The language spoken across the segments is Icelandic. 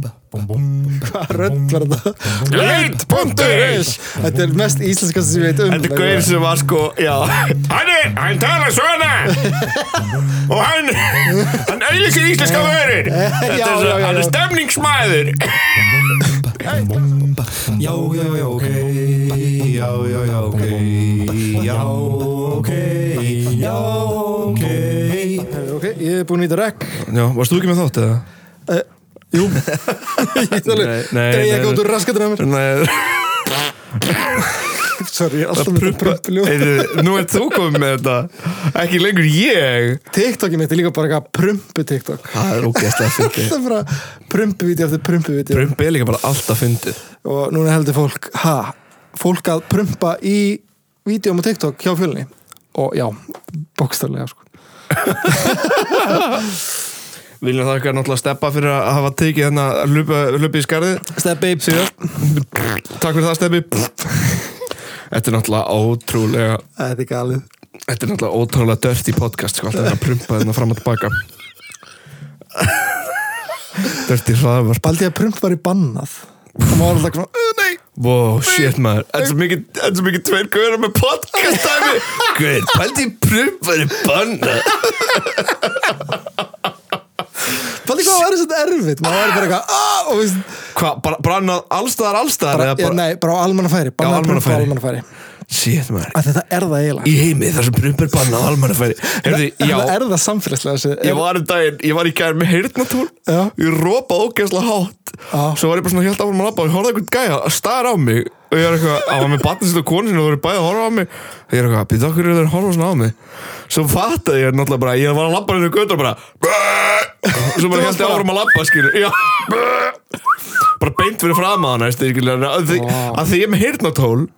Hvað rödd var þetta? Leit.is Þetta er mest íslenska sem ég veit um Þetta er gaur sem var sko, já Hann er, hann talar svona Og hann Hann auðvitað íslenska vörur Þetta er svo, já, já, hann já. er stemningsmæður Já, já, já, ok Já, já, já, ok Já, ok Já, ok Eh, Ok, ég er búin í þetta rekk Já, varst þú ekki með þátt eða? Jú Ég er Nei, alveg nei, Dreyja nei, ekki út nei. úr raskatina á mér Nei, Sorry, ég er alltaf með þetta prumpa prumpiljón Heyrðu, Nú ert þú komið með þetta Ekki lengur ég TikTokið mitt er líka bara eitthvað prumpu TikTok Það er ógeðslega fyndið Alltaf bara prumpuvíti eftir prumpuvíti Brumbi er líka bara alltaf fyndið Og núna heldur fólk Ha, fólk að prumpa í Vídeóm og TikTok hjá fjölni Og já, bókstaflega sko Viljum þakka náttúrulega steppa fyrir að hafa tekið þennan hlupa, hlupi í skarðið Steppi síðan Takk fyrir það steppi Þetta er náttúrulega ótrúlega Þetta er galið Þetta er náttúrulega ótrúlega dörft í podcast sko, Alltaf þetta að prumpa þennan fram og tilbaka Dörft í hraðvarp Baldi að prump var í bannað Það var alltaf svona, "Uh, nei Wow, shit maður Þetta er svo mikið- þetta er svo mikið tveir guður með podcast dæmi Guður, pældi í prumpar í banna Baldi hvað var þetta erfitt Maður var bara eitthvað "Ah", og veist, Hvað, bara- brannað allstaðar allstaðar bara, eða bara, bara- Nei, bara á almannafæri Bannað að prumpa á almannafæri. almannafæri Shit maður Að Þetta er það eiginlega Í heimi þar sem prumpar banna á almannafæri Herði, já Þetta er það samfélagslega þessi- Ég var um daginn, ég var í gæðin með heyrnatól Já. Ég rópaði ógeðslega hátt Já. Svo var ég bara svona hjálta áfram að labba Og ég horfði á einhvern gæja að stara á mig Og ég er eitthvað, á með batnið sitt og konu sinni Og þú eru bæði að horfa á mig Og ég er eitthvað, býta okkur eru þeir að horfa svona á mig Svo fattaði ég náttúrulega bara Ég var að labba henni göttur og bara "Bæ!" Svo bara Þú varst hjálta bara- áfram að labba skilur Já "Bæ!" Bara beint fyrir fram að hana skilur, að, því, Vá. að því ég er með heyrnatól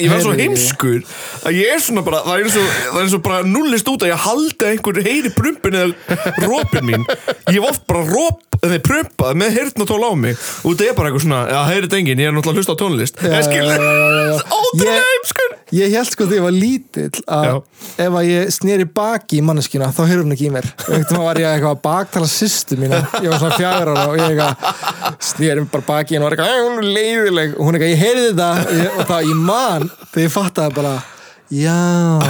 Ég var svo Heyrðu. heimskur að ég er svona bara, það er eins og, það er eins og bara nullist út að ég haldi að einhver heyri prumpin eða rópin mín. Ég hef oft bara róp, eða prumpað með heyrnatól á mig og þetta er bara eitthvað svona, já, heyri þetta enginn, ég er náttúrulega að hlusta á tónlist. Já, Ég já, skilur, já, já, já. ótrúlega Ég- heimskur. Ég held sko þegar ég var lítill að Já. ef að ég sneri baki í manneskina þá heyrði hún ekki í mér þá var ég eitthvað að baktala sýstu mína ég var svona fjagur ára og ég eitthvað sneri bara baki í henn og var eitthvað "Æ, hún er leiðileg og hún eitthvað ég heyrði það og ég- og það ég man þegar ég fattaði bara já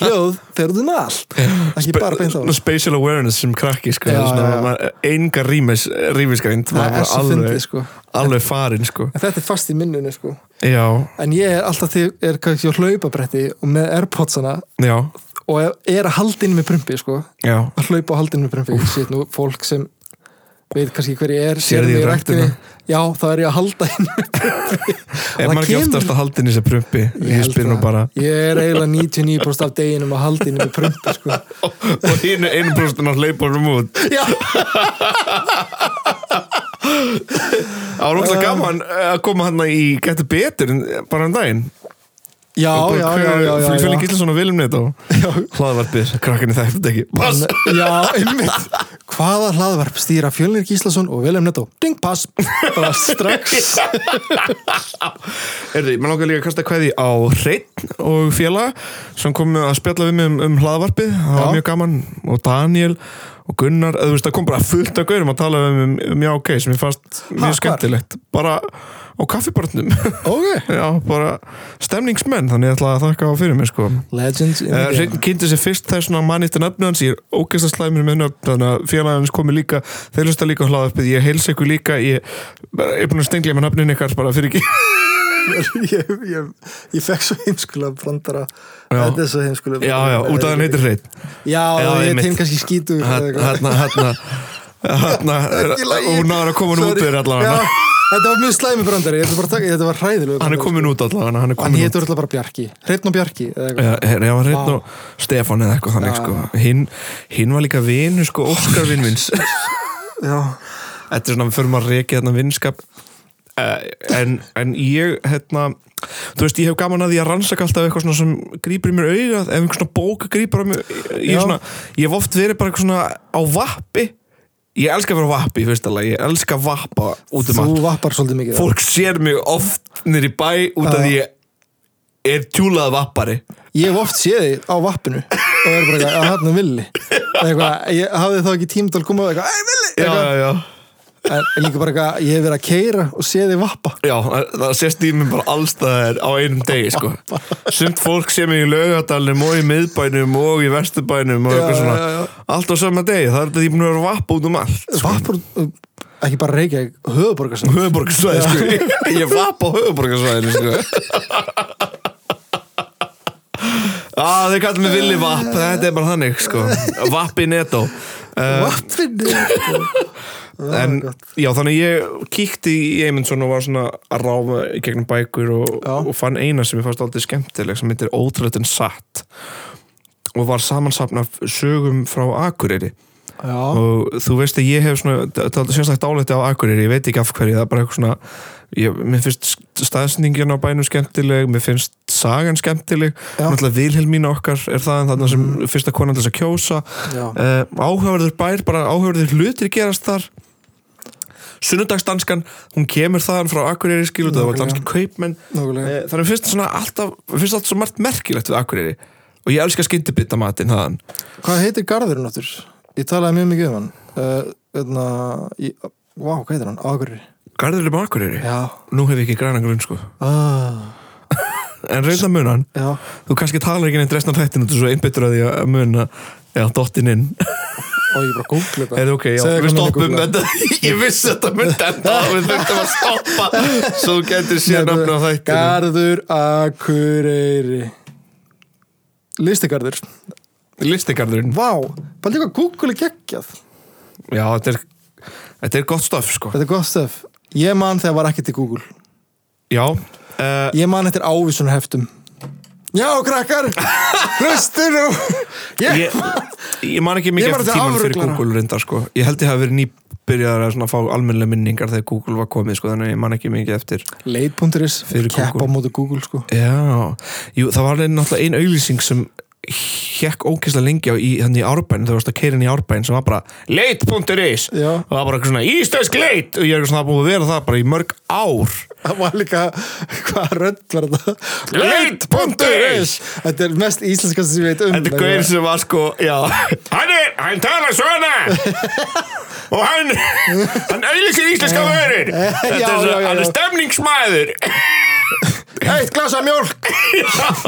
hljóð þegar þú nalt ekki bara beint á Svona Spatial awareness sem krakki, sko. Já, Já, svona, já, já. maður- Enga rýmis, rýmisgrind. Það er svo fyndið, sko. Alveg farin, sko. en þetta er fast í minnunni sko Já, en ég er alltaf því er kannski á hlaupabretti og með airpodsana já, og er að halda inn með prumpi sko já. að hlaupa á haldinu bremfi Sér nú fólk sem veit kannski hver ég er sér Sér um þig í mig í ræktinni. ræktinni. Já, þá er ég að halda inn með bremfi Er Og það maður ekki kemur- oftast að halda inn í þessi prumpi? Ég, held spyr nú það. bara. Ég er eiginlega 99% af deginum að halda inn með prumpi sko. og hinn einu brústun að hleypa honum út Já, Það var ógæðlega gaman eh, að koma hann í Gæti betur en bara um daginn já, já, já, já, já, já. Fjöli Gíslason og Vilum Neitt á hlaðvarpið Krakkinni það hefði ekki Pass! Já, einmitt Hvaða hlaðvarp stýra Fjölnir Gíslason og Vilhelm Netto? Ding, pass Bara strax Erði, maður langar líka að kasta kveði á Hreinn og félaga sem komu að spjalla við mig um, um hlaðvarpið það var Já. mjög gaman og Daniel og Gunnar, eða þú veist það kom bara fullt af gaurum að tala við mig um, um já ok sem ég Ha, fannst mjög hvar? skemmtilegt bara á kaffibarnum Ok já, bara stemningsmenn þannig ég ætla að þakka á fyrir mig sko Legends in the Uh, game Hreinn kynnti sér fyrst þess að mann eftir nafnu hans ég er ógæsta slæmur með nöfn þannig að félagins komi líka, þeir hlusta líka hlaðarpið, ég heilsa ykkur líka ég bara- ég er búin að stengla með nafnin ykkar bara fyrir ekki Ég, ég, ég fekk svo heimskulega brandara Já. Þetta er svo heimskulega já já, út af hann heitir Hreinn Já, Já, já ég einmitt. tegum kannski skítu hérna, hérna hérna, hún náður að koma hann út fyrir allavega Þetta var mjög slæmi brandari, þetta var, þetta var hræðilega hann er komin út allavega hann er Hann komin út hétur alltaf bara Bjarki, Hreitn og Bjarki eða eitthvað. Já, já, hann Vá. reynd og Stefán eða eitthvað þannig sko. hinn, hinn var líka vinu sko, Óskar vinnvins Já, Þetta er svona, við förum að reykja þarna vinskap uh, en, en ég, hérna þú veist, ég hef gaman að því að rannsaka alltaf eitthvað svona sem grýpur í mér augað ef einhver svona bók grýpur á mér Já. ég, er svona, ég hef oft verið bara eitthvað svona á vappi ég elska að vera á vappi, fyrst alveg ég elska að vappa út um þú allt vappar svolítið mikið fólk sér mig oft nýr í bæ út af Já. því ég er tjúlað vappari Ég hef oft séð þið á vappinu og er bara eitthvað að hann er villi Eða eitthvað, ég hafði þá ekki tíma til að koma og eitthvað, ei villi Já, eitthvað. já, já En líka bara eitthvað, ég hef verið að keira og séð þið vappa Já, það- það sést í mér bara allstaðar á einum degi, sko Sumt fólk sem er í laugadalnum og í miðbænum og í vesturbænum og Já, eitthvað svona já, já. Allt á sama degi, það er þetta því búin að vera vapp út um allt sko. Vappur, ekki bara reykja, höfuborgarsson Höfuborgarsvæði, sko Ég vapp á höfuborgarsvæðinu, sko Á, Ah, þeir kallar mig villi vapp, þetta er bara þannig, sko Vapp í netó uh, Vappinu En, já, þannig ég kíkti í Eymundsson og var svona að ráfa í gegnum bækur og, Já. og fann eina sem ég fannst aldrei skemmtileg sem heitir Ótrúleitin satt og var samansapnað sögum frá Akureyri Já, og þú veist að ég hef svona það er sérstakt áleiti á Akureyri, ég veit ekki af hverju það er bara eitthvað svona ég, mér finnst staðsningin á bænum skemmtileg mér finnst sagan skemmtileg Já. Mm. náttúrulega Vilhelmín okkar er það en þarna sem fyrsta konan til þess að kjósa Já. uh, áhöfurður bær, bara áhöfurður hlutir gerast þar sunnudagsdanskan, hún kemur þaðan frá Akureyri skilu, það var danski kaupmenn Nákvæmlega. Eh, þannig finnst það svona alltaf finnst alltaf svo margt merkilegt við Akureyri og ég elska skyndibita matinn þaðan hvað heitir garðurinn áttur? Ég talaði mjög mikið um hann uh, Þannig að, vá, hvað heitir hann? Akurri Garður um Akureyri? Já, Nú hef ég ekki græna grunn sko ah, En reynda munan, já þú kannski talar ekki neitt restan þættin og þú er svo einbyttur að því að muna Já, dottin inn Og ég bara googla eitthvað um Er ok, já, Segðu hvað hann er við stoppum googlað. þetta Ég vissi þetta myndi enda og Við þurftum að stoppa Svo þú getur séð nafna á þættinu Garður Akureyri Listigarður Listigarðurinn Vá, bara líka Google er geggjað Já, þetta er, þetta er gott stoff sko Þetta er gott stöf Ég man þegar var ekkert í Google Já, uh, Ég man eftir ávísunaheftum Já, krakkar, hlustu nú Ég, ég, ég man ekki Ég mikið man eftir þetta tímanum fyrir afruglara. Google reyndar sko Ég held ég hafi verið nýbyrjaðar að svona fá almennilega minningar þegar Google var komið sko Þannig að ég man ekki mikið eftir Leit.is, Fyrir keppa á Google. móti Google sko Já, jú, það var alveg náttúrulega ein auglýsing sem hekk ógeðslega lengi á í, þannig í árbæn þegar þú varst að keira inn í árbæn sem var bara leit.is Já. og það var bara eitthvað svona íslensk leit og ég er eitthvað svona það er búið að vera það bara í mörg ár Það var líka, hvað rödd var þetta? Leit.is. Þetta er mest íslenskast sem ég veit um Þetta er gaur sem var sko, já Hann er, hann talar svona Og hann Hann auðlýsir íslenska vörur Þetta Já, er svo, já, já, hann er já. stemningsmæður Eitt glasa mjólk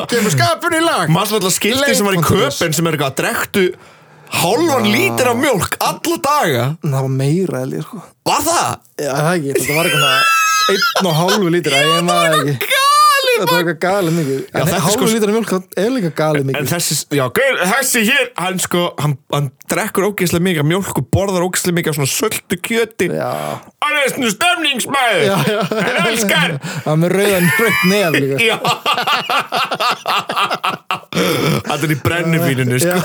Kemur skapun í lag Maður alltaf skildi sem var í Leit.is. köpen sem er eitthvað að drektu hálfan lítir af mjólk alla daga Það var meira eða sko Var það? Já, það ekki, þetta var eitthvað einn og hálfu lítur, að ég maður það ekki Gali Þetta var eitthvað galið mikið Já, En þetta er hálfu sko- sko... lítur af mjölk, það er líka galið En mikið þessi, já, gaur, þessi hér, hann sko, hann, hann drekkur ógeðslega mikið af mjólk og borðar ógeðslega mikið af svona söldu kjöti. Já, Hann er svona stemningsmæður já, já Hann elskar Það er með rauðan rauð neð líka Já. Þetta er í brennivíninu, sko.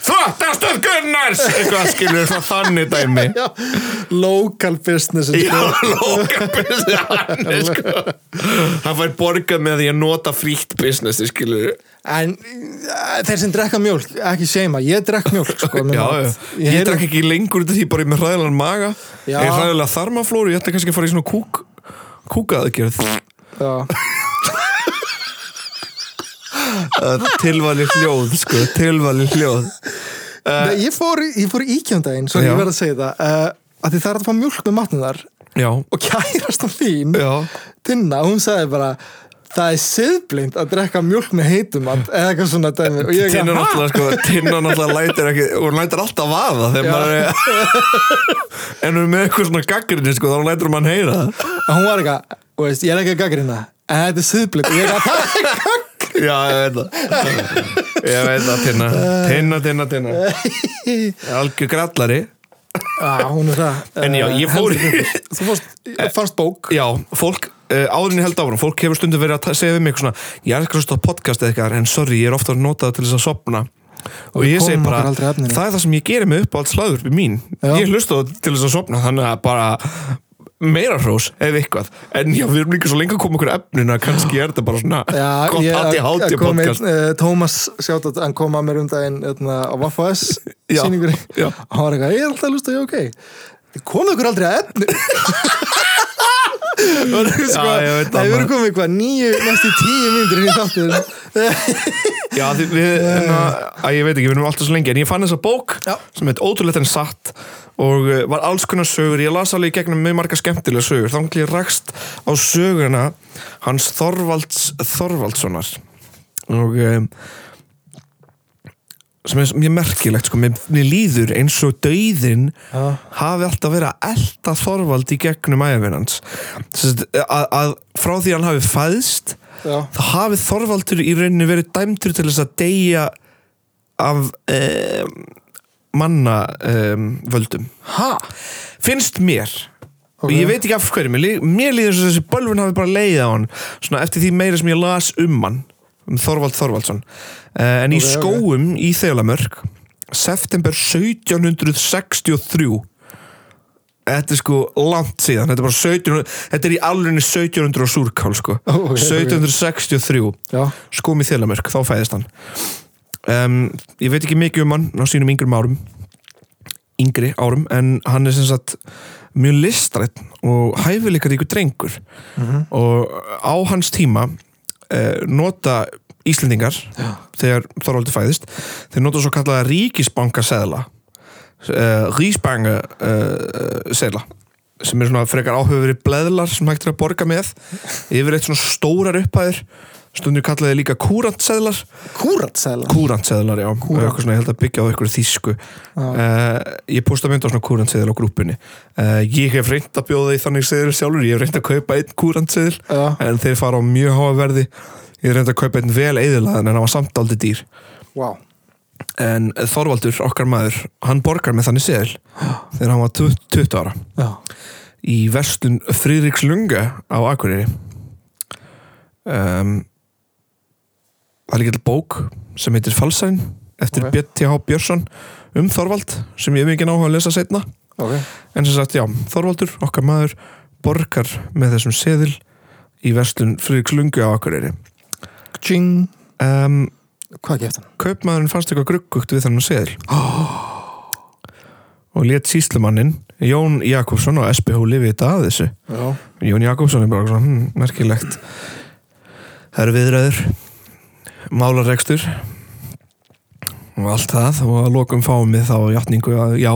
Þvottastöð Gunnars Eitthvað skilur það þannig dæmi. Já, Local business sko. Já, lókar business, sko. Hann fær borgað með því að nota frítt business, skilur. En uh, þeir sem drekka mjólk, ekki seima Ég drekk mjólk, sko mér Já, já. mat. Ég, heyri- drekk ekki lengur út af því bara ég er með hræðilegan maga. Já. Ég er hræðilega þarmaflóru, ég ætti kannski að fara í svona kúk, kúkaðgerð. Já. tilvali hljóð sko, tilvali hljóð Nei, Ég fór, í- ég fór í íkjöndaginn, svo Eh. Já. ég verð að segja það uh, að því það er hægt að fá mjólk með matnum þar já, og kærastan þín Já. Tinna, hún sagði bara það er siðblind að drekka mjólk með heitumat eða eitthvað svona dæmi og ég tinnan eitthvað, "Ha?" alltaf sko tinnan alltaf lætir ekki, hún lætir alltaf vaða þegar Já. maður er en hún er með eitthvað svona gaggrinni sko þá lætir hún hann heyra það. og hún var eitthvað, þú veist, ég er ekki að gaggrina en þetta er siðblind og ég eitthvað, það er gaggrina já, ég veit það ég veit það, tinna, tinna, tinna, tinna algjör grallari Já, hún er það En já, Eh, ég fór í- Eh, heldur betur. Þú fórst, fannst bók já, fólk eh, áður en ég held áfram, fólk hefur stundum verið að ta- segja við mig eitthvað svona, ég er ekki að hlusta á podcast eða eitthvað en sorry, ég er ofta að nota það til þess að sopna og við ég segi komum bara, okkur aldrei að það efninu. er það sem ég gerir með upp á allt slagur við mín, Já. ég hlusta á það til þess að sopna þannig að bara meira hrós ef eitthvað, en já, við erum líka svo lengi að koma okkur að efninu að kannski er þetta bara svona Já, gott ég hati að- að háti kom podcast einn, uh, Tómas sjátt hann kom að mér um daginn eitna, á Waffa S Já, síningur já. og hann var eitthvað, ég er alltaf að lusta, já ok komið ykkur aldrei að efni Var eitthvað sko, Já, ég veit það, það hefur maður. komið hvað nýju, næstu tíu myndir í þáttir. Já, því, við, hérna, að ég veit ekki, við erum alltaf svo lengi En ég fann þessa bók Eh. Já. sem heit Ótrúlegt en satt Og uh, var alls konar sögur Ég las alveg í gegnum með marga skemmtilega sögur Þá ég rakst á söguna Hans Þorvalds Þorvaldssonar Og um, sem er mjög merkilegt sko, mér, mér líður eins og dauðin Já. hafi alltaf verið að elta Þorvald í gegnum æfinans að, að frá því hann hafi fæðst Já. þá hafi Þorvaldur í rauninni verið dæmdur til þess að deyja af um, manna um, völdum ha? finnst mér og ég veit ekki af hverju, mér, lí- mér líður eins og þessi bölvun hafi bara leiðið á hann svona eftir því meira sem ég las um hann um Þorvald Þorvaldsson uh, en í Ok, ok. skóum í Þelamörk september 1763 Þetta er sko langt síðan, þetta er bara 17, þetta er í alvegni 1700 og súrkál sko, Ó, ok, ok. 1763 Já. skóm í Þelamörk, Sko þá fæðist hann um, ég veit ekki mikið um hann á sínum yngrum árum yngri árum, en hann er sem sagt mjög listrætt og hæfileikar ykkur drengur Mhm. og á hans tíma uh, nota Íslendingar þegar Þorvaldi fæðist þeir nota svo kallaða ríkisbankaseðla uh, rísbankaseðla eh, sem er svona frekar áhugaveri bleðlar sem hægt er að borga með yfir eitt svona stórar upphæður stundur kallaði líka kúrantseðlar Kúratsæla. kúrantseðlar, já eitthvað svona, ég held að byggja á eitthvað þýsku uh, ég posta mynd á svona kúrantseðil á grúppinni uh, ég hef reynd að bjóða í þannig seðil sjálfur, ég hef reynd að kaupa einn kúrantseðil Já. en þeir fara á mjög háa verði ég hef reynd að kaupa einn vel eðilaðan en hann var samt aldrei dýr Vá. en Þorvaldur, okkar maður, hann borgar með þannig seðil þegar hann var 20 ára Já. í verslun Friðriks Lunga á Akureyri um, Það er líka bók sem heitir Falsæn eftir Ok. okay. B.T.H. Björnsson um Þorvald sem ég hef mikið náhuga að lesa setna Ok. en sem sagt, já, Þorvaldur, okkar maður borgar með þessum seðil í verslun Friðriks Lunga á Akureyri Ching. um, Hvað geft hann? kaupmaðurinn fannst eitthvað gruggugt við þennan seðil oh. og let síslumanninn Jón Jakobsson og SBH vita að þessu Já. Jón Jakobsson er bara svona hm, merkilegt það eru viðræður málarekstur og allt það og að lokum fáum við þá játningu að já,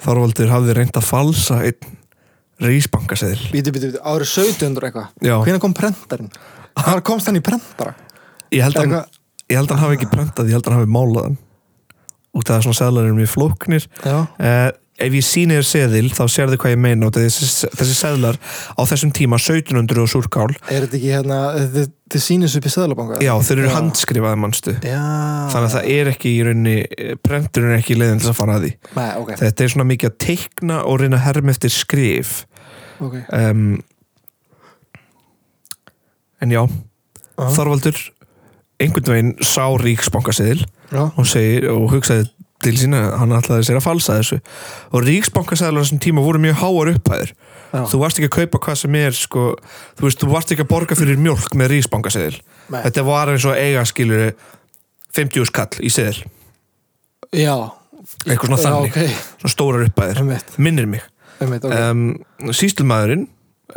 Þorvaldur hafði reynd að falsa einn reisbankaseðil Bíti, bíti, bíti, árið 1700 eitthvað. Já. Hvenær kom prentarinn? Hvar komst hann í prentara? ég held að Eitthvað- hann, ég held að hann hafi ekki prentað ég held að hann hafi málað hann út af það að svona seðlar eru mjög flóknir Já. uh, ef ég síni þér seðil þá sérðu hvað ég meina út af þessi, þessi seðlar á þessum tíma 1700 og súrkál Er þetta ekki hérna, þið, þið sýnir upp í Sæðalabanga? já þeir eru handskrifaði mannstu Já. þannig að það er ekki í raunni prenturinn er ekki leiðin til að fara að því Nei, ok. þetta er svona mikið að teikna og reyna að herma eftir skrif ok. um, en já Ah. Þorvaldur einhvern veginn sá ríksbankaseðil Já. og, segir, og hugsaði til sína hann ætlaði sér að falsa þessu og ríksbankaseðlar á þessum tíma voru mjög háar upphæðir Já. þú varst ekki að kaupa hvað sem er sko, þú veist, þú varst ekki að borga fyrir mjólk með ríksbankaseðil Nei. þetta var eins og eigaskilur 50 skall í seðil Já. eitthvað svona Já, þannig, ok. svona stórar upphæðir Einmitt. minnir mig Einmitt, ok. um, síslumæðurinn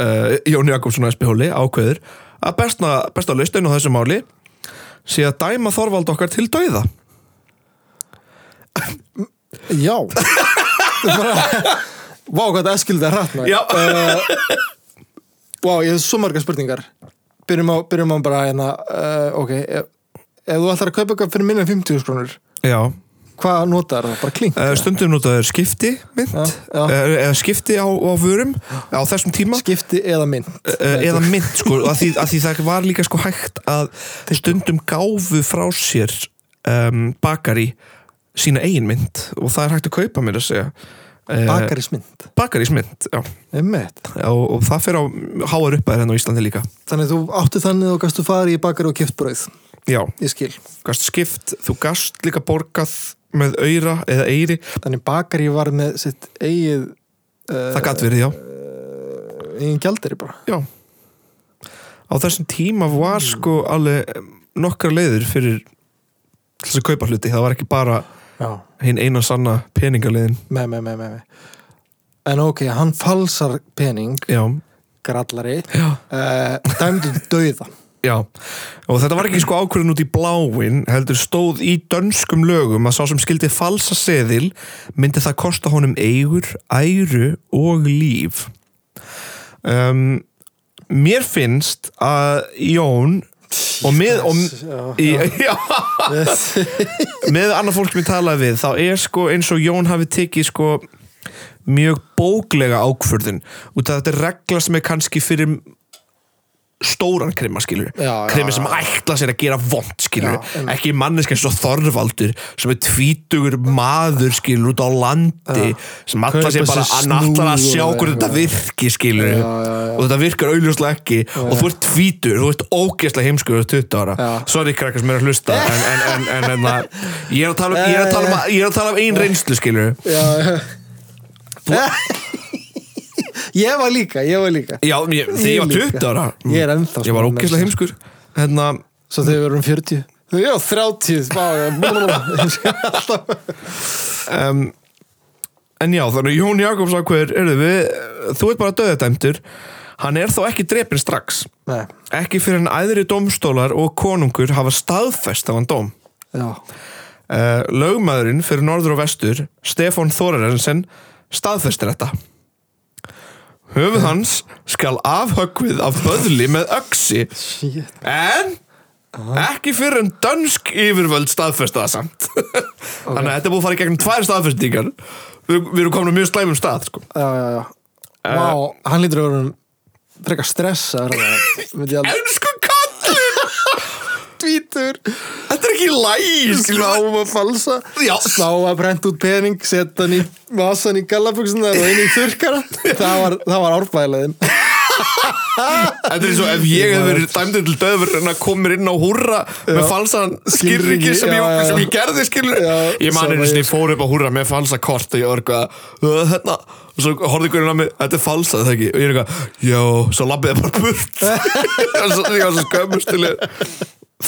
uh, Jón Jakobsson og SB Hóli ákveður að bestna, besta laustin á þessu máli sé að dæma Þorvald okkar til dauða Já. Þetta er bara... Vá, hvað það eskildi að hratt maður. Já. Eh, Vá, ég hef svo marga spurningar. Byrjum á, byrjum á bara hérna, uh, ok, ef, ef þú ætlar að kaupa eitthvað fyrir minna en 50 krónur, Já, hvað notar það? Bara klink? uh, stundum notaður skipti mynd, Já, já. eh, eða skipti á, á vörum á þessum tíma skipti eða mynd Eh, eða mynd sko, að því, að því það var líka sko hægt að stundum gáfu frá sér um, bakari sína eigin mynd og það er hægt að kaupa mér að segja uh, bakarismynd bakarísmynd já. Einmitt. og, og það fyrir á háar uppaðir henn hérna á Íslandi líka þannig að þú átti þannig að þú gæstu farið í bakari og kipt brauð já, ég skil, gast skipt, þú gast líka borgað með auðra eða eiri þannig bakari var með sitt eigið eh, það gat verið, já, eigin gjaldari bara já. á þessum tíma var sko alveg nokkra leiður fyrir til þess að kaupa hluti, það var ekki bara já. hinn eina sanna peningaleiðin með, með, með, með, með en ok, hann falsar pening já, grallari uh, dæmdur dauða Já, og þetta var ekki sko ákvörðun út í bláin heldur stóð í dönskum lögum að sá sem skildi falsa seðil myndi það kosta honum eigur, æru og líf um, Mér finnst að Jón og með, og, í, já, með annað fólk sem ég talaði við þá er sko eins og Jón hafi tekið sko mjög bóklega ákvörðun út af þetta er regla sem er kannski fyrir stóran krima skilur Já, já, krimi já, sem ætla sér að gera vond skilur Já, einmitt. ekki manneska eins og Þorvaldur sem er tvítugur maður skilur út á landi sem ætla sér Kaupa bara sér að náttúrulega að snúð sjá og hvort þetta eitthvað. virki skilur og þetta virkar augljóslega ekki og þú ert tvítur, þú ert ógeðslega heimskur og 20 ára, Já. sorry krakkar sem er að hlusta en, en, en, en, en, en ég er að tala um, ég er að tala um, ég er að tala um ein reynslu skilur Eh. já ég var líka, ég var líka Já, ég, þegar ég var Ég líka. 20 ára Ég er ennþá Ég var svona ógeðslega heimskur Hérna, svo þegar við erum 40 já, 30 smá, já. um, En já, þannig að Jón Jakobs ákveður Erðu við, þú ert bara döðadæmdur Hann er þó ekki drepin strax Nei, Ekki fyrir en æðri dómstólar og konungur hafa staðfest af hann dóm já. uh, Lögmaðurinn fyrir norður og vestur Stefán Þórarensen staðfestir þetta Höfuð hans skal afhöggvið af böðli með öksi Shit. En ekki fyrir en dönsk yfirvöld staðfesta það samt Þannig að þetta er búið að fara í gegnum tvær staðfestingar Við, við erum komin á mjög slæmum stað sko. já, já, já Vá, Uh, hann lítur að vera um frekar stressa myndi ég alveg Ensku kallinn tvítur Þetta er ekki læg sláum að falsa Já. sá að brent út pening setja hann í vasan í gallabuksunar og inn í þurkara það var, það var árbæðilegin Þetta er eins og ef ég hef verið dæmdur til döður En að komir inn á húrra Með falsan Skilríki, skilriki sem, já, ég- já. sem ég gerði skilur Já, Ég man sama einu sinni ég, sko. ég fór upp á húrra Með falsa kort og ég var eitthvað "Uh, Hérna Og svo horfði hvernig á mig, þetta er falsað það ekki Og ég er eitthvað, já, svo labbið bara burt Ég var svo- Ég var svo skömmustileg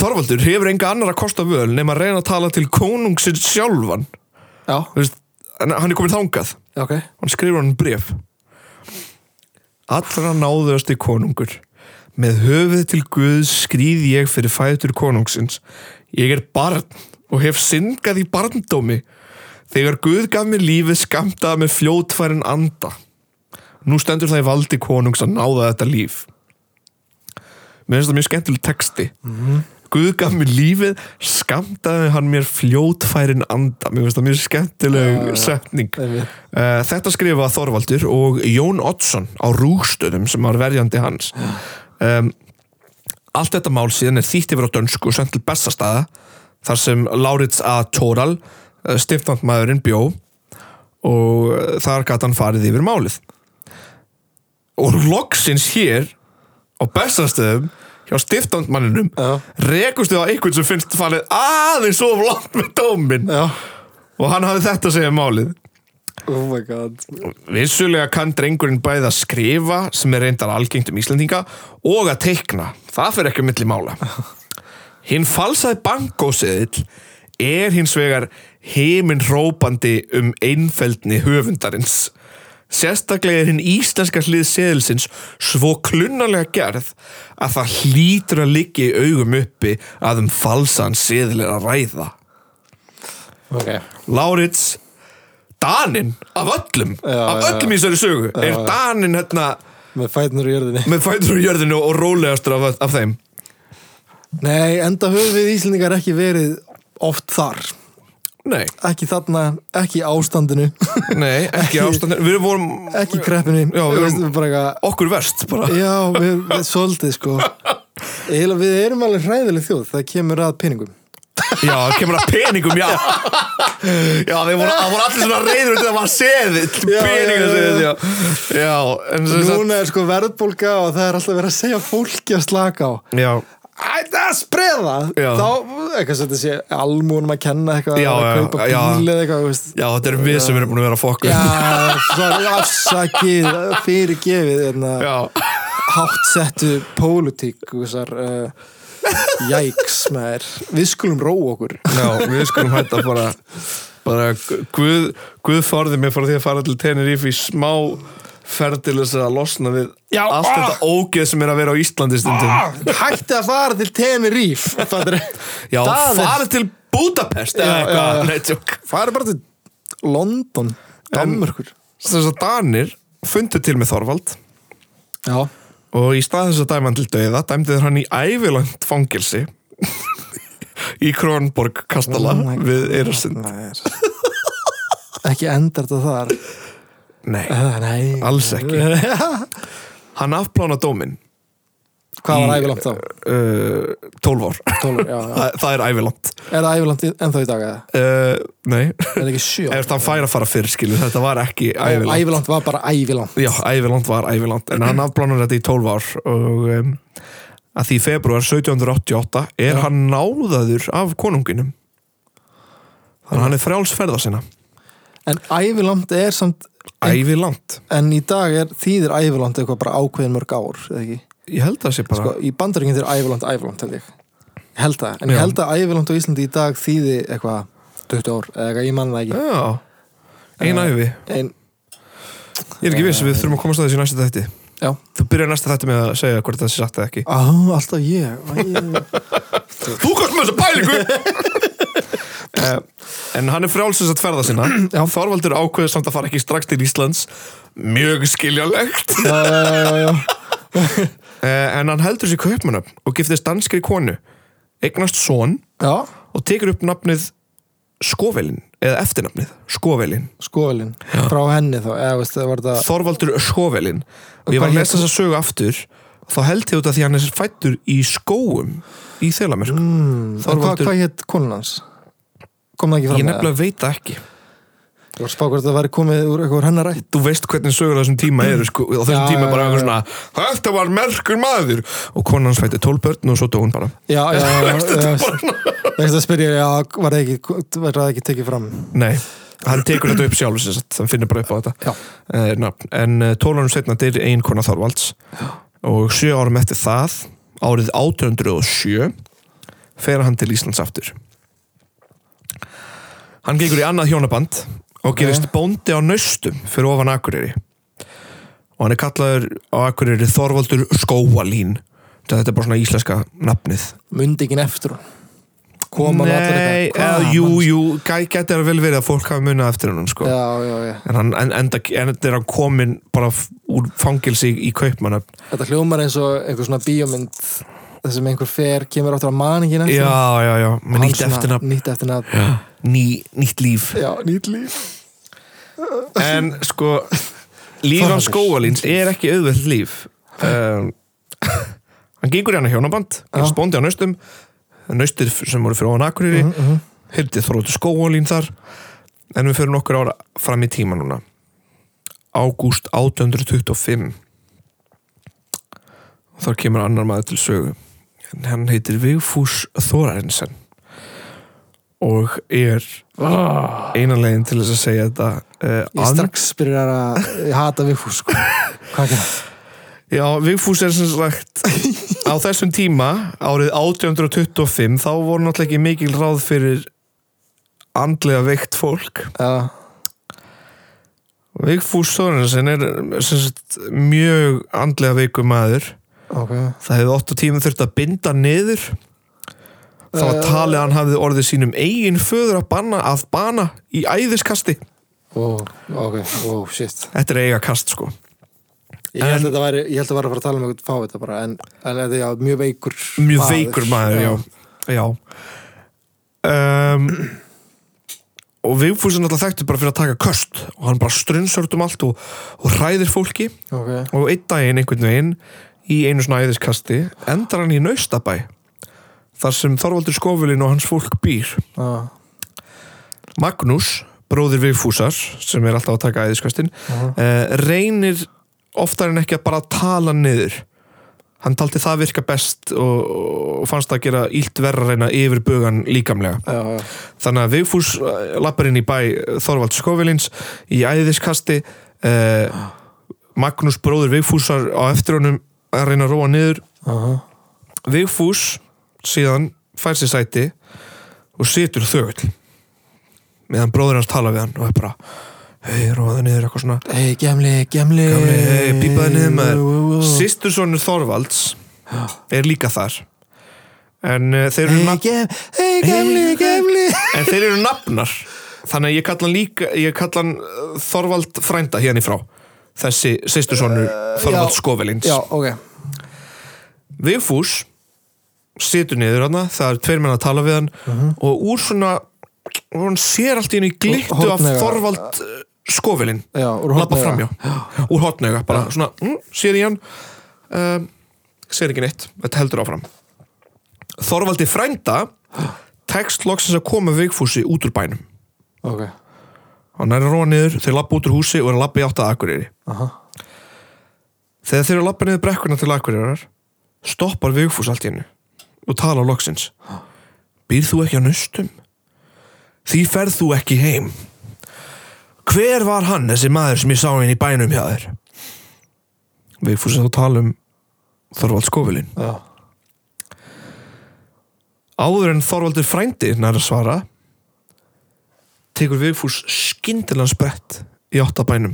Þorvaldur hefur enga annar að kosta völ nema að reyna að tala til konungsinn sjálfan já, Þú veist, en hann er komin þangað ok hann skrifur hann bref allra náðurasti konungur með höfuð til Guðs skrýð ég fyrir fætur konungsins ég er barn og hef syngað í barndómi þegar Guð gaf mér lífið skamtaða með fljótfærin anda nú stendur það í valdi konungs að náða þetta líf mér finnst það mjög skemmtileg texti Guð gaf mér lífið skamtaði hann mér fljótfærin anda mér finnst það mjög skemmtileg setning einmitt. uh, þetta skrifa Þorvaldur og Jón Oddsson á rúgstöðum sem var verjandi hans um, allt þetta mál síðan er þýtt yfir á dönsku og sendt til bestastaða þar sem Laurits A. Tóral uh, stiftandmaðurinn bjó og eh, þar gæti hann farið yfir málið og loksins hér á bestastöðum hjá stiftandmanninum Já. rekustu á einhvern sem finnst farið aðeins of langt með dómin já, og hann hafði þetta að segja um málið oh my god Vissulega kann drengurinn bæði að skrifa sem er reyndar algengt um Íslendinga og að teikna, það fyrir ekki á milli mála Hinn falsaði bankóseðill er hins vegar heiminn hrópandi um einfeldni höfundarins Sérstaklega er hinn íslenska hlið seðilsins svo klunnalega gerð að það hlýtur að liggja í augum uppi að um falsan seðil er að ræða ok, Laurits Danin af öllum af já, öllum í þessari sögu er Danin hérna með fætnur í jörðinni með fætur úr jörðinu og rólegastur af, af þeim nei, enda höfum við Íslendingar ekki verið oft þar Nei, ekki þarna, ekki í ástandinu nei, ekki ástandin Við vorum ekki í kreppinu Já, við Þú erum- veist, bara eitthvað okkur verst bara Já, við, við svolítið sko Eila, Við erum alveg hræðileg þjóð Það kemur að peningum Já, það kemur að peningum, já Já, þeir voru, það voru allir svona reyður út af að maður seði Já, já, peninga seði, já Já, en sem sagt Núna er sko verðbólga og það er alltaf verið að segja fólki að slaka á Já, Ætta að spreða Já. Þá, eitthvað sem þetta sé almúnum að kenna eitthvað Já, að já, kaupa já. bíl eða eitthvað þú veist. já, þetta erum við sem erum búin að vera að fokka Já, sorry, afsakið fyrir gefið hérna, já, hátt settu pólitík og þessar uh, jæks maður Við skulum róa okkur Já, við skulum hætta bara bara Guð, Guð forði mig frá því að fara til Tenerife í smá ferð til þess að losna við Já, allt ah! þetta ógeð sem er að vera á Íslandi stundum hætti að fara til Tenerife fattar þú? Já, Það er- farið til Budapest eða Já, já, eitthvað, já. Nei, tjók. fara bara til London Danmörkur Sem þess að Danir fundu til með Þorvald já, og í stað þess að dæma hann til dauða dæmdi þeir hann í ævilangt fangilsi í Kronborg Kastala Oh my við Eirasund ekki endar þetta þar Nei, Eh, nei, alls ekki Hann afplána dóminn hvað var Í- ævilangt þá? uh, 12 ár 12, já, já. Þa, það er ævilangt er það ævilangt í- ennþá í dag eða? uh, Nei, er það ekki 7? eftir hann fær að fara fyrir skilu þetta var ekki ævilangt ævilangt var bara ævilangt Já, ævilangt var ævilangt en hann afplánar þetta í 12 ár og um, að því í februar 1788 er hann náðaður af konunginum þannig að hann er frjálsferða sinna en ævilangt er samt ævilangt, en í dag er, þýðir ævilangt eitthvað bara ákveðin mörg ár eða ekki? ég held að það sé bara Sko, í bandaríkinn þýðir ævilangt ævilangt held ég Ég held það, en ég Já. held að ævilangt á Íslandi í dag þýði eitthvað 20 ár eða eitthvað, ég manna það já, ein ævi ekki en, ég er ekki viss, við þurfum að komast að þessu í næsta þætti já, þú byrjar næsta þætti með að segja hvort það sé satt eða ekki á, alltaf ég Æ, þú komst með þessu pælingu Eh, en hann er frjálsins að ferða sinna Þorvaldur ákveður samt að fara ekki strax til Íslands mjög skiljanlegt já, já, já, já, já. Eh, en hann heldur sér kaupmannöfn og giftist danskri konu eignast son já og tekur upp nafnið Skovelin eða eftirnafnið Skovelin skovelin, frá henni þá eða veist, það var það Þorvaldur Skovelin og ég Og var að hvað lesa þess að sögu aftur þá held ég út að því hann er fættur í skóum í Þelamerk mm, En hvað Þorvaldur, hva hétt konan hans? kom það ekki fram ég með það? nefnilega veit það ekki ég var spákur að það væri komið úr eitthvað úr hennar rætt þú veist hvernig sögur á þessum tíma eru sko, og á þessum Já, tíma er bara já, eitthvað svona þetta var merkur maður og konan hans fætti tólbörn og svo dó hún bara já, já, já, já, já veist að spyrja, já, var það ekki var það ekki tekið fram Nei, hann tekur þetta upp sjálf sem sagt, hann finnir bara upp á þetta Já. uh, nafn. En uh, tólunum setna þetta er ein kona Þorvalds og sjö árum eftir það árið 1807 fer hann til Íslands aftur Hann gengur í annað hjónaband og gerist bóndi á nöstum fyrir ofan Akureyri og hann er kallaður á Akureyri Þorvaldur Skóalín þetta er bara svona íslenska nafnið mundi ekki eftir hún kom hann allir Nei, Hvað, eða, jú, mann? jú, gæ- gæti það vel verið að fólk hafa munið eftir hann sko. já, já, já en hann en, enda, enda er hann komin bara f- úr fangilsi í kaupmannöfn Þetta hljómar eins og einhver svona bíómynd þar sem einhver fer, kemur áttur á maningina já, já, já, með nýtt eftirnafn Nýtt eftirnafn ný, nýtt líf Já, nýtt líf en sko líf Þorvaldur. hans skóalins er ekki auðveld líf um, hann gengur í hann að hjónaband hann spóndi á naustum naustir f- sem voru fyrir ofan Akureyri uh -huh. hirti þróttu skóalín þar en við fyrir nokkur ára fram í tíma núna ágúst 1825 og þar kemur annar maður til sögu en hann heitir Vigfús Þórarinsen og er einanlegin til þess að segja þetta Ég uh, strax byrjar að ég hata Vigfús sko. Hvað ekki það? Já, Vigfús er sem sagt á þessum tíma, árið 1825 þá voru náttúrulega ekki mikil ráð fyrir andlega veikt fólk Já, Vigfús Þórensen er sem sagt mjög andlega veikur maður ok það hefði 8 tíma þurft að binda niður það var Eh. talið að hann hafði orðið sínum eigin föður að banna, að bana í æðiskasti Ó, ok, ó, shit Þetta er eigakast sko Ég held að þetta væri, ég held að vera að fara að tala um eitthvað fávita bara en, en þetta er já, mjög veikur mjög veikur maður, já, já. Um, og Vigfús er náttúrulega þekktur bara fyrir að taka köst og hann bara strunnsar út um allt og, og hræðir fólki Ok, og einn daginn einhvern veginn í einu svona æðiskasti endar hann í Naustabæ þar sem Þorvaldur Skofilin og hans fólk býr já, Magnús, bróðir Vigfúsar sem er alltaf að taka æðiskastin uh reynir oftar en ekki að bara tala hann niður hann taldi það virka best og, og fannst það að gera ílt verra að reyna yfir bugan líkamlega já, já þannig að Vigfús eh, lappar inn í bæ Þorvald Skofilins í æðiskasti uh, Magnús bróðir Vigfúsar á eftir honum að reyna að róa niður Aha. Vigfús síðan fær sér sæti og situr þögull meðan bróður hans tala við hann og er bara hei, róða niður eitthvað svona hei, gemli, gemli Hey, pípaði Wow, niður wow, maður wow. Sistursonur Þorvalds er líka þar en, uh, þeir, eru Hey, nafn, gem, hey, gemli, gemli en þeir eru nafnar þannig að ég kalla hann líka ég kalla hann uh, Þorvald frænda hérna í frá þessi sistursonur Þorvald Uh, já. Skovelins Já, ok Vigfús situr niður hana, það er tveir menn að tala við hann Mhm. og úr svona og hann sér allt í henni glittu af Hornauga. Þorvald uh, skofilinn Já, úr lappa hornauga. framjá, úr hotnauga bara svona, mm, sér í hann um, sér ekki neitt, þetta heldur áfram Þorvaldi frænda tekst loksins að koma Vigfúsi út úr bænum Ok, hann er að róa niður, þeir lappa út úr húsi og er að lappa í átt að Akureyri aha Þegar þeir eru að lappa niður brekkuna til Akureyrar stoppar Vigfús allt í hennu og talar loksins Býr þú ekki á nustum? Því ferð þú ekki heim Hver var hann þessi maður sem ég sá henni í bænum hjá þér? Vigfús er þá að tala um Þorvald Skofilinn Já, Áður en Þorvaldur frændi nær að svara tekur Vigfús skyndilan sprett í áttabænum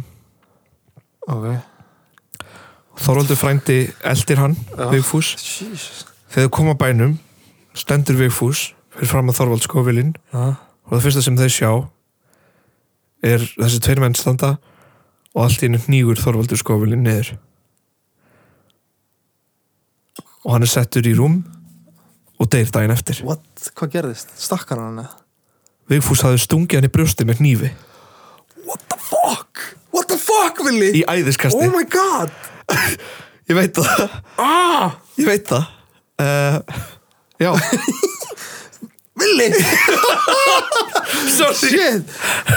ok Þorvaldur frændi eldir hann, Vigfús Jesus Þegar þau koma að bænum stendur Vigfús fyrir fram að Þorvald skofilinn Já, og það fyrsta sem þeir sjá er þessi tveir menn standa og allt í henni hnígur Þorvaldur skofilinn niður og hann er settur í rúm og deyr daginn eftir what, hvað gerðist? Stakkar hann eða? Vigfús hafði stungið hann í brjósti með hnífi What the fuck? What the fuck, Willi? í æðiskasti Oh my god ég veit það ah, ég veit það uh, já Willi, sorry shit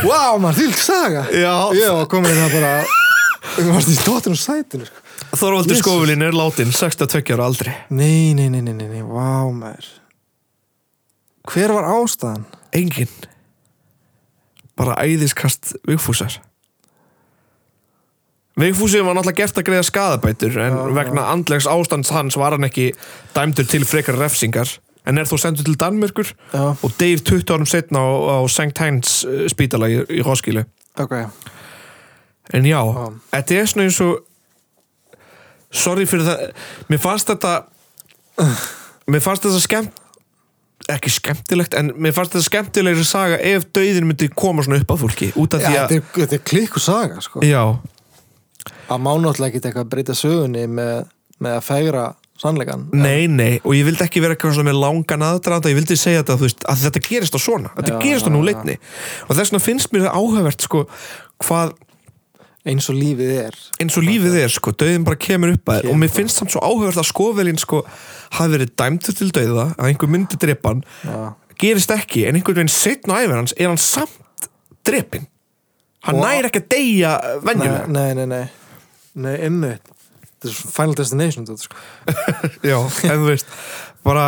Wow, maður, þvílík saga Já. Ég var komin inn að bara Við varst í stóttinu sætinu sko. Þorvaldur Jesus. skofilinn er látin 62 ára aldri Nei, nei, nei, nei, nei, nei, vá maður Hver var ástæðan? enginn bara æðiskast Vigfúsar Vigfúsi var náttúrulega gert að greiða skadabætur en vegna andlegs ástands hans var hann ekki dæmdur til frekar refsingar en er þó sendur til Danmörkur Já. og deyr 20 árum setna á, á St. Heinz eh, spítala í, í Hoskilu Ok, en já, þetta er svona eins og sorry fyrir það mér fannst þetta mér fannst þetta skemmt ekki skemmtilegt, en mér fannst þetta skemmtilegri saga ef dauðin myndi koma svona upp á fólki út af Já, því þetta að er, þetta er klikku saga sko. já, að má náttúrulega ekki eitthvað að breyta sögunni með, með að fegra sannleikan nei, nei og ég vildi ekki vera eitthvað svona með langan aðdraðanda ég vildi segja þetta, þú veist, að þetta gerist á svona þetta Já, gerist á já, nú leitni og þess vegna finnst mér það áhugavert sko, hvað eins og lífið er eins og lífið er sko, döðin bara kemur upp að þér og mér finnst samt svo áhugavert að skovelin sko hafi verið dæmtur til döða að einhver myndi drepa hann Já. gerist ekki, en einhvern veginn setna æfir hans er hann samt drepin hann Og- nær ekki að deyja nei, venjulega nei, nei, nei, nei einmitt þetta er svo Final Destination þetta, sko. Já, en þú veist bara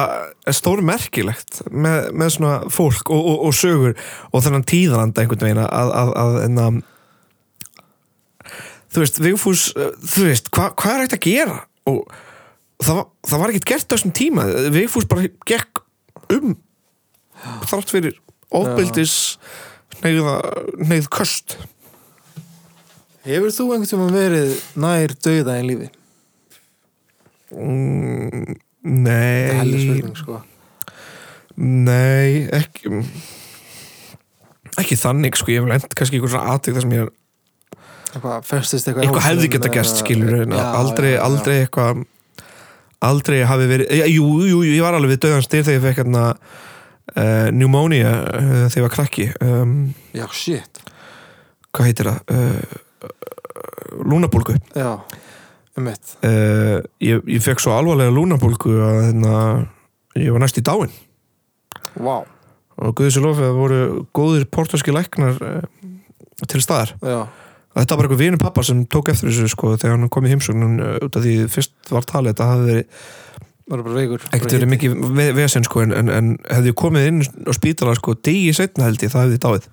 stór merkilegt með, með svona fólk og, og, og sögur og þennan tíðaranda einhvern veginn að, að, að, en að þú veist, Vigfús eh, þú veist, hva, hvað er hægt að gera og það, var- það var ekkert gert á þessum tíma, Vigfús bara gekk um þrátt fyrir ofbeldis neyða, neyð köst hefur þú einhvern tímann verið nær döða í lífi? Mm, Nei það er heldur spurning sko. Nei, ekki ekki þannig sko, ég hef lent kannski einhver svona aðtík þar sem ég er eitthvað, festist eitthvað í eitthvað hefði hálsinum geta gerst eða- skilur en Já, aldrei, já, já. aldrei eitthvað aldrei hafi verið já, jú, jú, jú, ég var alveg við döðan styr þegar ég fekk hérna uh, pneumonia uh, þegar ég var krakki um, já, shit hvað heitir það uh, lúnabólgu já, einmitt uh, ég, ég fekk svo alvarlega lúnabólgu að hérna, ég var næst í dáin wow. og guðið sér lofið að voru góðir portugalski læknar uh, til staðar já, Og Þetta var bara eitthvað vinu pappa sem tók eftir þessu sko þegar hann kom í heimsóknun uh, út af því fyrst var talið að þetta hafði verið maður er bara veikur ekkert verið mikið ve- vesen sko en, en, en hefði ég komið inn á spítala sko degi setna held ég það hefði dáið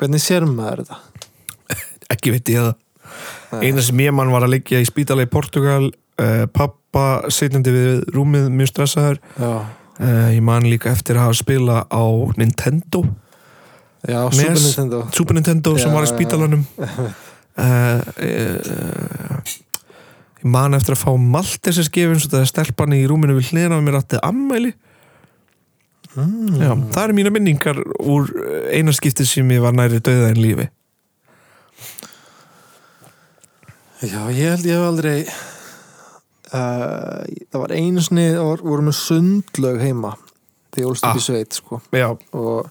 hvernig sér maður þetta? ekki veit ég það eina sem ég mann var að liggja í spítala í Portugal uh, pappa setjandi við rúmið mjög stressaður já, uh, ég man líka eftir að hafa spila á Nintendo Já, Super NES, Nintendo. Super Nintendo sem Já, var í já. spítalanum uh, uh, Ég man eftir að fá Maltesers gefin svo það er stelpan í rúminu við hliðina og mér átti ammæli Hmm. Já, það eru mína minningar úr einaskipti sem ég var næri döða en lífi Já, ég held ég hef aldrei uh, Það var einu sinni það var, voru með sundlög heima því ég ólst upp Ah. í sveit sko. Já, og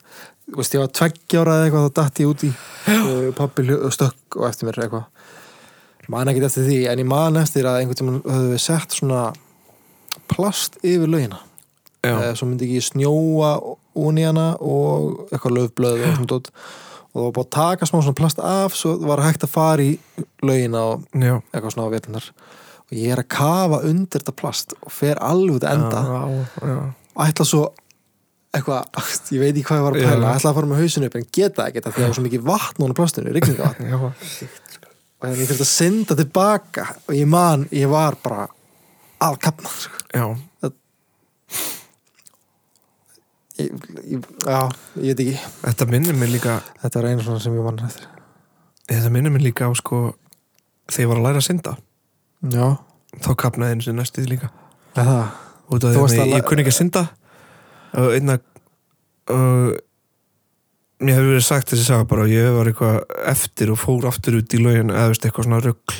þú veist, ég var tveggjára eða eitthvað þá datt ég út í uh, og pappi hljó- og stökk og eftir mér eða eitthvað man ekki eftir því, en ég man eftir að einhvern tímann höfðu við sett svona plast yfir lögina já, Eh, svo myndi ekki snjóa ón í hana og eitthvað löfblöð og, svona dót. og það var búið að taka smá svona plast af svo var hægt að fara í lögina og já eitthvað svona á vélunar og ég er að kafa undir þetta plast og fer alveg til enda Já, Ah, já, ætla svo eitthvað, ég veit ekki hvað ég var að pæla Já. ætla að fara með hausinu upp en geta ekki þetta því að það var svo mikið vatn núna plastinu, rigningavatn já. og ég þurfti að synda tilbaka og ég man, ég var bara að kapna sko. já. ég, ég, já, ég veit ekki Þetta minnir mér líka þetta var einu svona sem ég man eftir Þetta minnir mér líka á sko þegar ég var að læra að synda já, þá kapnaði eins og næstuð líka eða það út af Þú því varst að að ég, la- ég kunni ekki að synda og einna uh, mér hefur verið sagt þessi saga bara og ég var eitthvað eftir og fór aftur út í laugin eða veist eitthvað svona rugg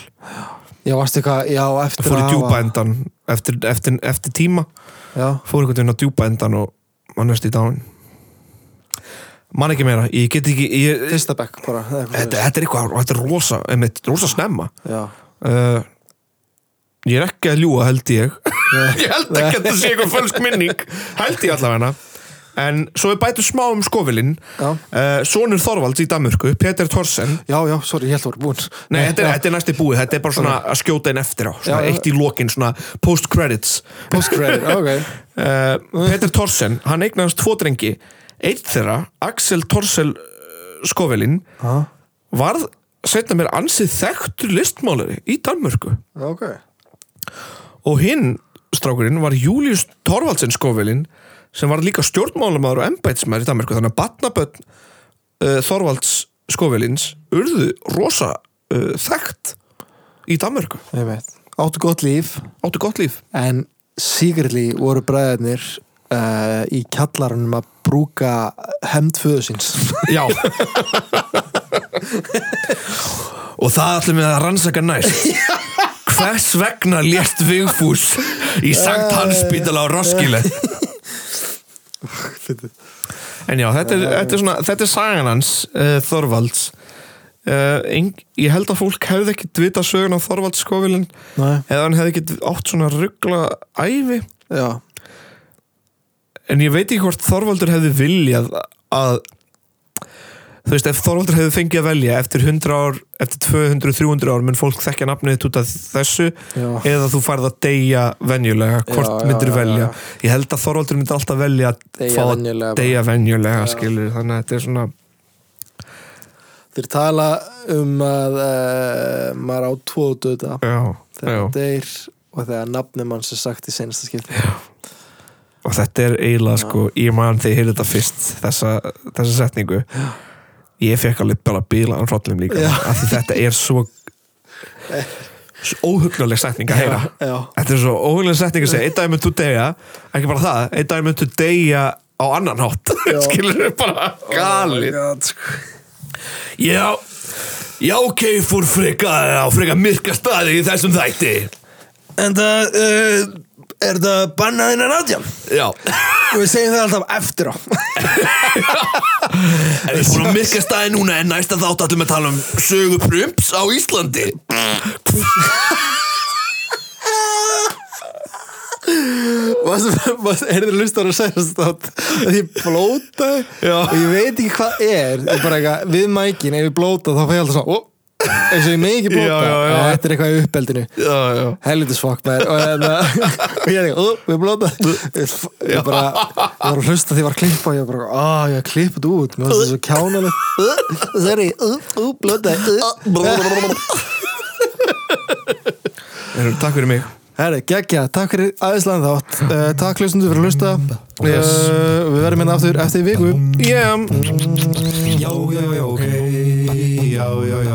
já, varstu eitthvað, já, eftir fór í að djúpa hafa- endan eftir, eftir, eftir tíma já, fór einhvern veginn á djúpa endan og mannast í dán mann ekki meira, ég get ekki ég, fyrsta bekk bara eða eitthvað þetta, þetta er eitthvað, og þetta er rosa einmitt, rosa snemma svoleiðis. já, uh, ég er ekki að ljúga held ég ég held ekki að þetta sé eitthvað fölsk minning held ég allavega en svo við bætum smá um skofilinn Já. uh, Sónur Þorvalds í Danmörku Peter Thorsen já, já, sorry, ég held að voru búin Nei, þetta, er, já, þetta er næsti búið, þetta er bara svona að skjóta einn eftir á, svona Já, já. eitt í lokin svona post-credits post-credit, ok uh, Peter Thorsen, hann eignast tvo drengi eitt þeirra, Axel Thorsel Skovelin Já. varð, setna mér ansið þekktur listmálari í Danmörku ok, og hinn strákurinn var Július Torvaldsen skovelin sem var líka stjórnmálamæður og embætismæður í Danmarku þannig að batnabönd uh, Þorvalds skovelins urðu rosa uh, þekkt í Danmarku ég veit áttu gott líf áttu gott líf en secretly voru bræðarnir uh, í kjallarunum að brúka hemd föðu síns já og það ætlum við að rannsaka næst hvers vegna lést Vigfús í Sankt Hansspítala á Roskilde En já, þetta er, þetta er, svona, þetta er sagan hans, uh, Þorvalds. Uh, eng, ég held að fólk hefði ekki dvita söguna á Þorvalds skofilin Nei. eða hann hefði ekki átt svona ruggla æfi. já, En ég veit ekki hvort Þorvaldur hefði viljað að, þú veist, ef Þorvaldur hefði fengið að velja eftir 100 ár, eftir 200, 300 ár mun fólk þekkja nafnið þitt út af þessu Já. eða þú færð að deyja venjulega, hvort Ah. já, myndir já, velja. já. Ég held að Þorvaldur myndi alltaf velja að Deyja fá að venjulega bara. deyja venjulega, skilur, þannig að þetta er svona... þeir tala um að uh, maður á tvo döta já, þegar já. hann deyr og þegar nafnum hans er sagt í senasta skipti og þetta er eiginlega sko ég man þegar ég heyrði þetta fyrst þessa, þessa setningu ég fekk alveg bara bílaðan hrollum líka Já. af því þetta er svo svo óhugnuleg setning að heyra já. þetta er svo óhugnuleg setning að segja einn dag mun þú deyja, ekki bara það einn dag mun þú deyja á annan hátt skilur við bara Oh galið sko. já já ok, fór freka á freka myrka staði í þessum þætti en það uh, er það bannaðinn en átján já og við segjum það alltaf eftir á En við fórum að myrka staði núna en næsta þátt ætlum við að tala um sögu prumps á Íslandi Erður lustar að segja státt að ég blóta Já. og ég veit ekki hvað er ég bara eitthvað, við mækin, ef ég blóta þá fæ ég alltaf svona ó, eins og ég megi ekki blóta Já, já, já. og þetta er eitthvað í uppeldinu Já, já helvitis fokk með og, hérna, og ég er eitthvað, ó, við blóta ég, ég bara, ég var að hlusta því ég var að klippa og ég var bara, á, ég var að klippa þetta út mér finnst þetta svo kjánaleg sorry, ó, ó, blóta Takk fyrir mig Eh, Herri, geggja, takk fyrir aðeinslan þátt uh, Takk hlustundu fyrir að hlusta uh, Yes. Við við verðum hérna aftur eftir viku Yeah. Já, já, já, ok Já, já, já,